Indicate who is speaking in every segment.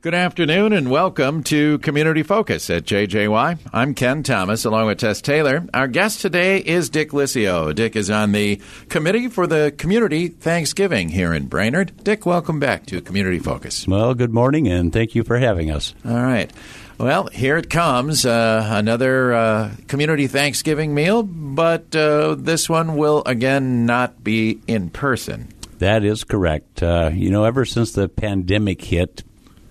Speaker 1: Good afternoon and welcome to Community Focus at JJY. I'm Ken Thomas along with Tess Taylor. Our guest today is Dick Licio. Dick is on the Committee for the Community Thanksgiving here in Brainerd. Dick, welcome back to Community Focus.
Speaker 2: Well, good morning and thank you for having us.
Speaker 1: All right. Well, here it comes uh, another uh, community Thanksgiving meal, but uh, this one will again not be in person.
Speaker 2: That is correct. Uh, you know, ever since the pandemic hit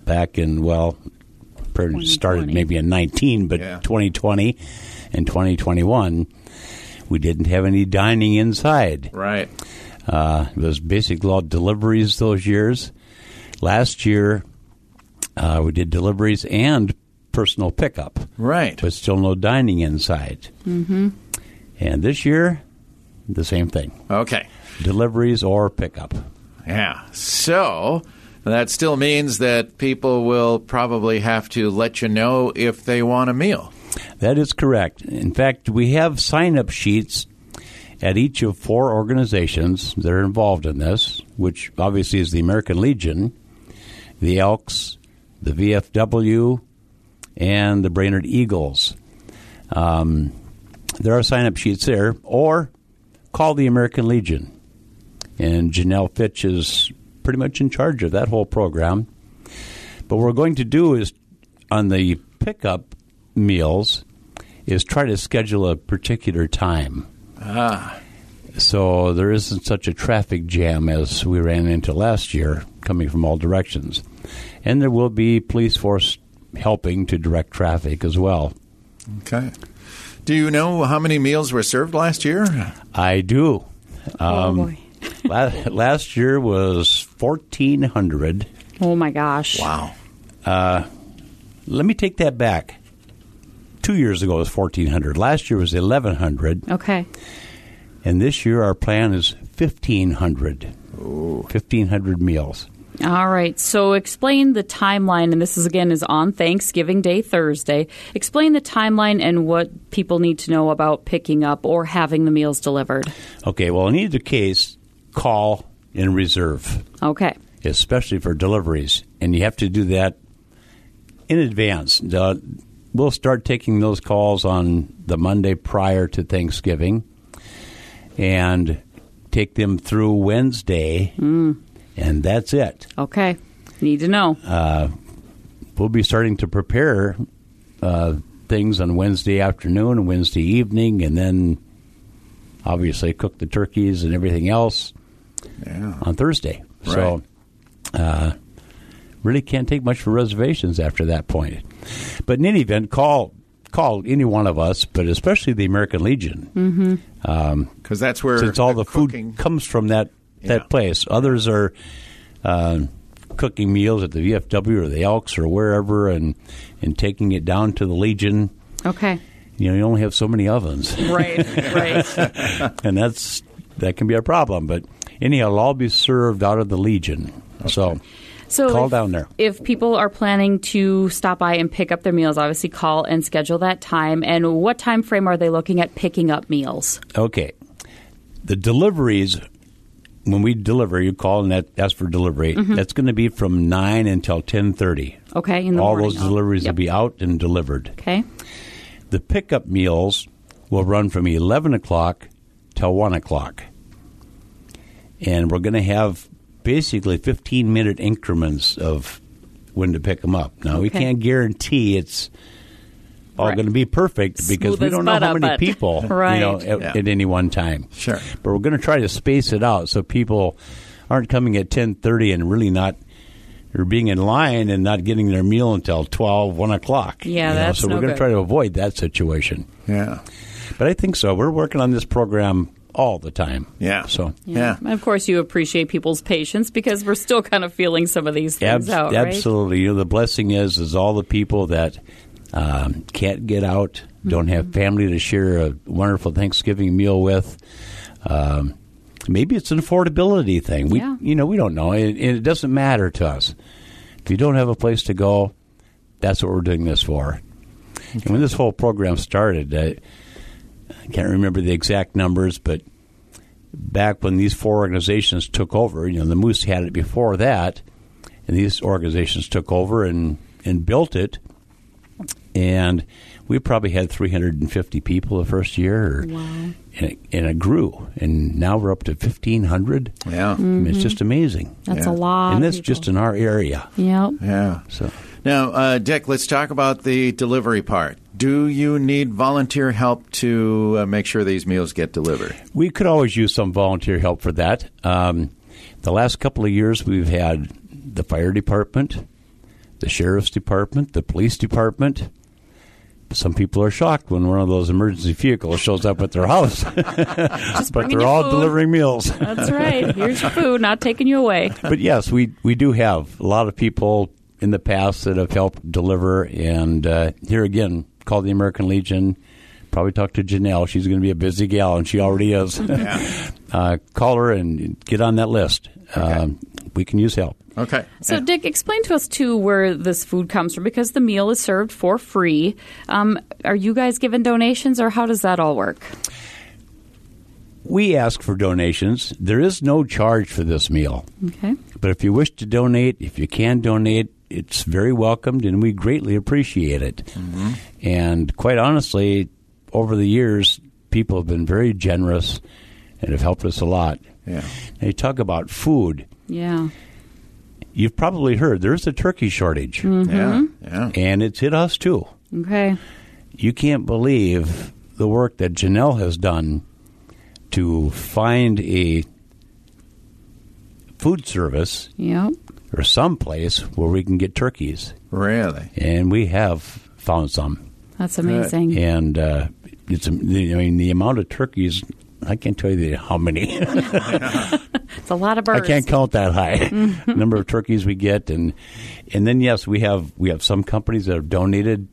Speaker 2: back in, well, per- started
Speaker 3: 2020.
Speaker 2: maybe in 19, but
Speaker 1: Yeah.
Speaker 2: 2020 and 2021, we didn't have any dining inside.
Speaker 1: Right.
Speaker 2: Uh, it was basically all deliveries those years. Last year, uh, we did deliveries and personal pickup,
Speaker 1: Right.
Speaker 2: but still no dining inside. Mm-hmm. And this year, the same thing
Speaker 1: Okay.
Speaker 2: deliveries or pickup.
Speaker 1: Yeah. So that still means that people will probably have to let you know if they want a meal.
Speaker 2: That is correct. In fact, we have sign up sheets at each of four organizations that are involved in this, which obviously is the American Legion, the Elks, the VFW, and the Brainerd Eagles. Um, there are sign up sheets there, or call the American Legion. And Janelle Fitch is pretty much in charge of that whole program. But what we're going to do is on the pickup meals is try to schedule a particular time. Ah. So there isn't such a traffic jam as we ran into last year coming from all directions. And there will be police force helping to direct traffic as well.
Speaker 1: Okay. Do you know how many meals were served last year?
Speaker 2: I do.
Speaker 3: oh
Speaker 2: Um,
Speaker 3: boy.
Speaker 2: La- last year was 1400.
Speaker 3: Oh my gosh.
Speaker 1: Wow.
Speaker 2: Let me take that back. 2 years ago was 1400. Last year was 1100.
Speaker 3: Okay.
Speaker 2: And this year, our plan is 1,500. 1,500 meals.
Speaker 3: All right. So explain the timeline, and this is again is on Thanksgiving Day Thursday. Explain the timeline and what people need to know about picking up or having the meals delivered.
Speaker 2: Okay, well, in either case, call and reserve,
Speaker 3: Okay.
Speaker 2: especially for deliveries. And you have to do that in advance. The- we'll start taking those calls on the Monday prior to Thanksgiving and take them through Wednesday. And that's it.
Speaker 3: Okay. Need to know.
Speaker 2: Uh, we'll be starting to prepare uh, things on Wednesday afternoon and Wednesday evening, and then obviously cook the turkeys and everything else
Speaker 1: Yeah.
Speaker 2: on Thursday. So, uh, really can't take much for reservations after that point. But in any event, call call any one of us, but especially the American Legion,
Speaker 1: Because that's where
Speaker 2: since all the
Speaker 1: cooking-
Speaker 2: food comes from that that
Speaker 1: Yeah.
Speaker 2: place. Others are. Uh, Cooking meals at the VFW or the Elks or wherever, and and taking it down to the Legion,
Speaker 3: Okay.
Speaker 2: you know you only have so many ovens
Speaker 3: Right. Right.
Speaker 2: and that's that can be a problem but anyhow it'll all be served out of the legion so
Speaker 3: So
Speaker 2: Call
Speaker 3: if-
Speaker 2: down there.
Speaker 3: If people are planning to stop by and pick up their meals, obviously call and schedule that time. And what time frame are they looking at picking up meals?
Speaker 2: okay the deliveries when we deliver you call and that, ask for delivery
Speaker 3: Mm-hmm.
Speaker 2: that's going to be from 9 until 10.30
Speaker 3: Okay. In the
Speaker 2: all
Speaker 3: morning.
Speaker 2: those deliveries
Speaker 3: Yep.
Speaker 2: will be out and delivered
Speaker 3: Okay.
Speaker 2: the pickup meals will run from 11 o'clock till 1 o'clock. And we're going to have basically 15 minute increments of when to pick them up. Now, we
Speaker 3: Okay.
Speaker 2: can't guarantee it's all
Speaker 3: Right.
Speaker 2: going to be perfect because
Speaker 3: Smooth
Speaker 2: we
Speaker 3: as
Speaker 2: don't know how
Speaker 3: butter,
Speaker 2: many
Speaker 3: but-
Speaker 2: people you know,
Speaker 3: Right.
Speaker 2: at,
Speaker 1: Yeah.
Speaker 2: at any one time.
Speaker 1: Sure.
Speaker 2: But we're going to try to space it out so people aren't coming at 10.30 and really not or being in line and not getting their meal until 12, 1 o'clock.
Speaker 3: Yeah,
Speaker 2: you know,
Speaker 3: that's
Speaker 2: So
Speaker 3: no
Speaker 2: we're gonna
Speaker 3: good.
Speaker 2: try to avoid that situation.
Speaker 1: Yeah.
Speaker 2: But I think so. We're working on this program all the time.
Speaker 1: Yeah.
Speaker 2: So
Speaker 1: Yeah.
Speaker 3: And of course, you appreciate people's patience because we're still kind of feeling some of these
Speaker 2: abs-
Speaker 3: things out, right?
Speaker 2: absolutely, you know, the blessing is is all the people that um, can't get out, don't
Speaker 3: Mm-hmm.
Speaker 2: have family to share a wonderful Thanksgiving meal with. Um, maybe it's an affordability thing. We,
Speaker 3: Yeah.
Speaker 2: you know, we don't know, and, and it doesn't matter to us. If you don't have a place to go, that's what we're doing this for. And when this whole program started, uh, I, I can't remember the exact numbers, but back when these four organizations took over, you know, the Moose had it before that, and these organizations took over and, and built it. And we probably had 350 people the first year, or, and, it, and it grew. And now we're up to 1,500.
Speaker 1: Yeah.
Speaker 2: I mean, it's just amazing.
Speaker 3: That's
Speaker 1: Yeah.
Speaker 3: a lot.
Speaker 2: and that's
Speaker 3: people.
Speaker 2: just in our area.
Speaker 3: Yep.
Speaker 1: Yeah.
Speaker 2: So
Speaker 1: Now, uh, Dick, let's talk about the delivery part. Do you need volunteer help to uh, make sure these meals get delivered?
Speaker 2: we could always use some volunteer help for that. Um, the last couple of years, we've had the fire department, the sheriff's department, the police department. Some people are shocked when one of those emergency vehicles shows up at their house, but
Speaker 3: bringing
Speaker 2: they're
Speaker 3: you
Speaker 2: all
Speaker 3: food.
Speaker 2: delivering meals.
Speaker 3: That's right. Here's your food. Not taking you away.
Speaker 2: but yes, we we do have a lot of people in the past that have helped deliver, and uh, here again, call the American Legion. Probably talk to Janelle. She's going to be a busy gal, and she already is. uh, call her and get on that list. Um, we can use help.
Speaker 1: Okay.
Speaker 3: So, Dick, explain to us too where this food comes from because the meal is served for free. Um, are you guys given donations, or how does that all work?
Speaker 2: We ask for donations. There is no charge for this meal.
Speaker 3: Okay.
Speaker 2: But if you wish to donate, if you can donate, it's very welcomed and we greatly appreciate it. And quite honestly, over the years, people have been very generous and have helped us a lot.
Speaker 1: Yeah.
Speaker 2: Now, you talk about food.
Speaker 3: Yeah.
Speaker 2: You've probably heard there's a turkey shortage,
Speaker 1: Yeah.
Speaker 3: Mm-hmm.
Speaker 1: Yeah.
Speaker 2: and it's hit us too.
Speaker 3: Okay.
Speaker 2: You can't believe the work that Janelle has done to find a food service
Speaker 3: Yep.
Speaker 2: or some place where we can get turkeys,
Speaker 1: Really?
Speaker 2: and we have found some.
Speaker 3: That's amazing.
Speaker 2: And uh, it's I mean the amount of turkeys I can't tell you how many.
Speaker 3: It's a lot of
Speaker 2: I
Speaker 3: birds.
Speaker 2: can't count that high number of turkeys we get, and and then yes, we have we have some companies that have donated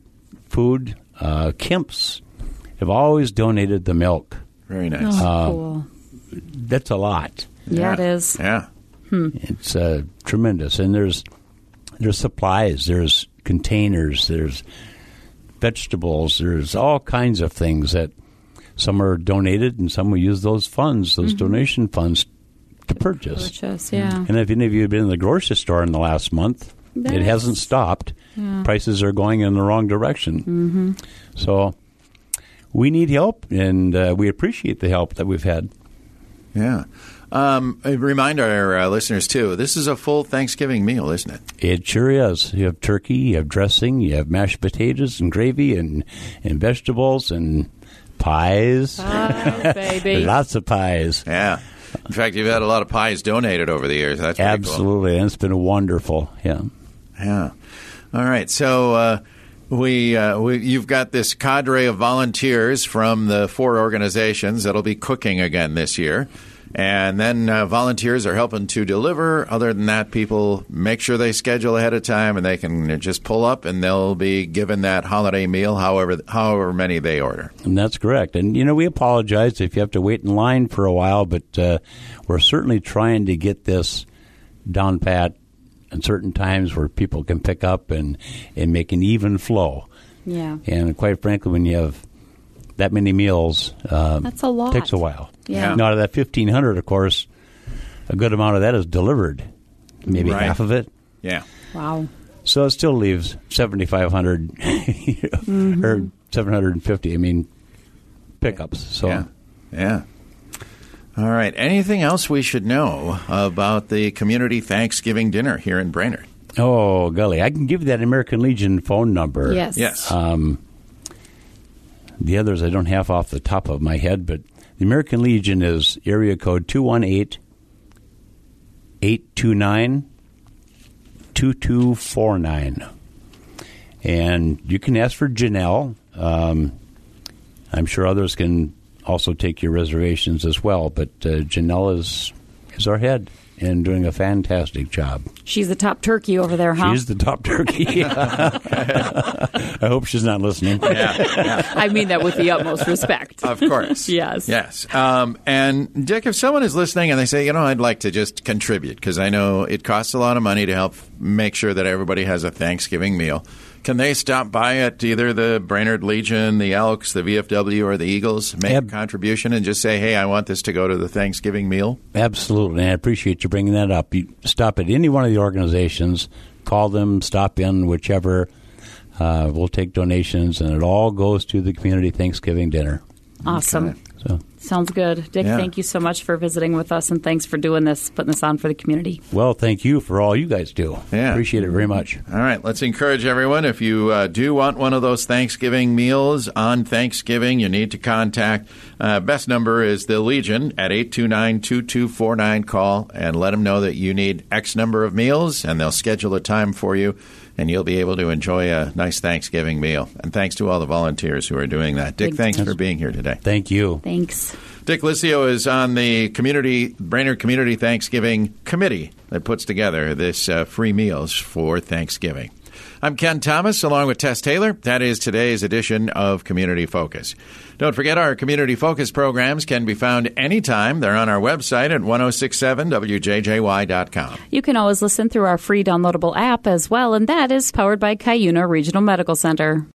Speaker 2: food. Uh, Kemp's have always donated the milk.
Speaker 1: Very nice.
Speaker 3: Oh,
Speaker 2: um,
Speaker 3: cool.
Speaker 2: That's a lot.
Speaker 3: Yeah, it is.
Speaker 1: Yeah.
Speaker 2: It's uh, tremendous, and there's there's supplies, there's containers, there's vegetables, there's all kinds of things that some are donated, and some we use those funds, those donation funds, to purchase.
Speaker 3: Purchase, yeah.
Speaker 2: And if any of you have been in the grocery store in the last month, it
Speaker 3: That's-
Speaker 2: hasn't stopped. Prices are going in the wrong direction. Mm-hmm. So we need help, and uh, we appreciate the help that we've had.
Speaker 1: Yeah. Um, uh, remind our uh, listeners, too, this is a full Thanksgiving meal, isn't it?
Speaker 2: It sure is. You have turkey, you have dressing, you have mashed potatoes and gravy and, and vegetables and pies.
Speaker 3: Bye, baby.
Speaker 2: Lots of pies.
Speaker 1: Yeah. In fact, you've had a lot of pies donated over the years. That's pretty cool.
Speaker 2: Absolutely. And it's been wonderful. Yeah.
Speaker 1: Yeah. All right. So uh, we, uh, we you've got this cadre of volunteers from the four organizations that'll be cooking again this year. And then uh, volunteers are helping to deliver. Other than that, people make sure they schedule ahead of time and they can just pull up and they'll be given that holiday meal, however however many they order.
Speaker 2: And that's correct. And, you know, we apologize if you have to wait in line for a while, but uh, we're certainly trying to get this down pat at certain times where people can pick up and, and make an even flow.
Speaker 3: yeah.
Speaker 2: And quite frankly, when you have that many meals, um,
Speaker 3: That's a lot.
Speaker 2: takes a while.
Speaker 3: Oh, Yeah.
Speaker 2: Now, out of that 1,500, of course, a good amount of that is delivered, maybe
Speaker 1: Right.
Speaker 2: half of it.
Speaker 1: Yeah.
Speaker 3: Wow.
Speaker 2: So it still leaves 7,500
Speaker 3: Mm-hmm.
Speaker 2: or 750, I mean, pickups. So
Speaker 1: Yeah. Yeah. All right. Anything else we should know about the community Thanksgiving dinner here in Brainerd?
Speaker 2: Oh, golly. I can give you that American Legion phone number.
Speaker 3: Yes.
Speaker 1: Yes.
Speaker 2: The others I don't have off the top of my head, but the American Legion is area code 218 829 2249. And you can ask for Janelle. Um, I'm sure others can also take your reservations as well, but uh, Janelle is, is our head and doing a fantastic job.
Speaker 3: She's the top turkey over there, huh?
Speaker 2: She's the top turkey. I hope she's not listening.
Speaker 3: I mean that with the utmost respect.
Speaker 1: Of course.
Speaker 3: Yes.
Speaker 1: Yes. Um, and Dick, if someone is listening and they say, you know, I'd like to just contribute because I know it costs a lot of money to help make sure that everybody has a Thanksgiving meal, Can they stop by at either the Brainerd Legion, the Elks, the VFW, or the Eagles, make
Speaker 2: Ab-
Speaker 1: a contribution, and just say, hey, I want this to go to the Thanksgiving meal?
Speaker 2: Absolutely, and I appreciate you bringing that up. You stop at any one of the organizations, call them, stop in, whichever. Uh, we'll take donations, and it all goes to the community Thanksgiving dinner.
Speaker 3: Awesome.
Speaker 2: So,
Speaker 3: Sounds good. Dick,
Speaker 1: Yeah.
Speaker 3: thank you so much for visiting with us and thanks for doing this, putting this on for the community.
Speaker 2: well, thank you for all you guys do.
Speaker 1: Yeah.
Speaker 2: Appreciate it very much.
Speaker 1: All right, let's encourage everyone. If you uh, do want one of those Thanksgiving meals on Thanksgiving, you need to contact. Uh, best number is the Legion at 829 2249. Call and let them know that you need X number of meals, and they'll schedule a time for you, and you'll be able to enjoy a nice Thanksgiving meal. And thanks to all the volunteers who are doing that. Dick,
Speaker 3: Big
Speaker 1: thanks
Speaker 3: time.
Speaker 1: for being here today.
Speaker 2: Thank you.
Speaker 3: Thanks.
Speaker 1: Dick Licio is on the community Brainerd Community Thanksgiving Committee that puts together this uh, free meals for Thanksgiving. I'm Ken Thomas, along with Tess Taylor. That is today's edition of Community Focus. Don't forget our Community Focus programs can be found anytime. They're on our website at 1067wjjy.com.
Speaker 3: You can always listen through our free downloadable app as well, and that is powered by Cuyuna Regional Medical Center.